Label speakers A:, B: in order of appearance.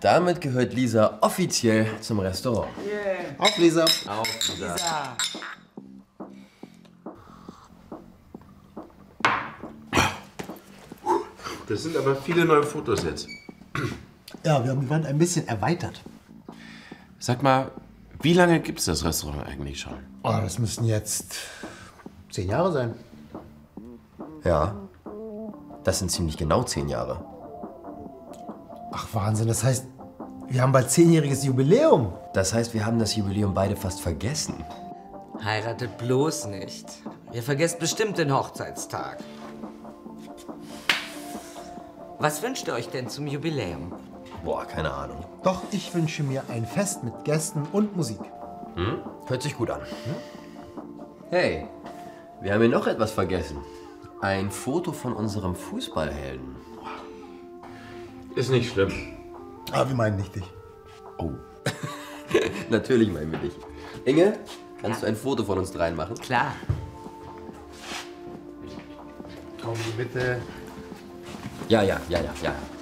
A: Damit gehört Lisa offiziell zum Restaurant.
B: Auf, Lisa.
A: Auf, Lisa.
C: Das sind aber viele neue Fotos jetzt.
B: Ja, wir haben die Wand ein bisschen erweitert.
C: Sag mal, wie lange gibt's das Restaurant eigentlich schon?
B: Oh, das müssen jetzt zehn Jahre sein.
A: Ja. Das sind ziemlich genau zehn Jahre.
B: Ach, Wahnsinn. Das heißt, wir haben bald zehnjähriges Jubiläum.
A: Das heißt, wir haben das Jubiläum beide fast vergessen.
D: Heiratet bloß nicht. Ihr vergesst bestimmt den Hochzeitstag. Was wünscht ihr euch denn zum Jubiläum?
A: Boah, keine Ahnung.
B: Doch ich wünsche mir ein Fest mit Gästen und Musik.
A: Hört sich gut an. Hey, wir haben hier noch etwas vergessen. Ein Foto von unserem Fußballhelden.
C: Ist nicht schlimm.
B: Aber wir meinen nicht dich.
A: Oh. Natürlich meinen wir dich. Inge, kannst du ein Foto von uns dreien machen?
D: Klar.
B: Komm, bitte.
A: Ja, ja, ja, ja, ja.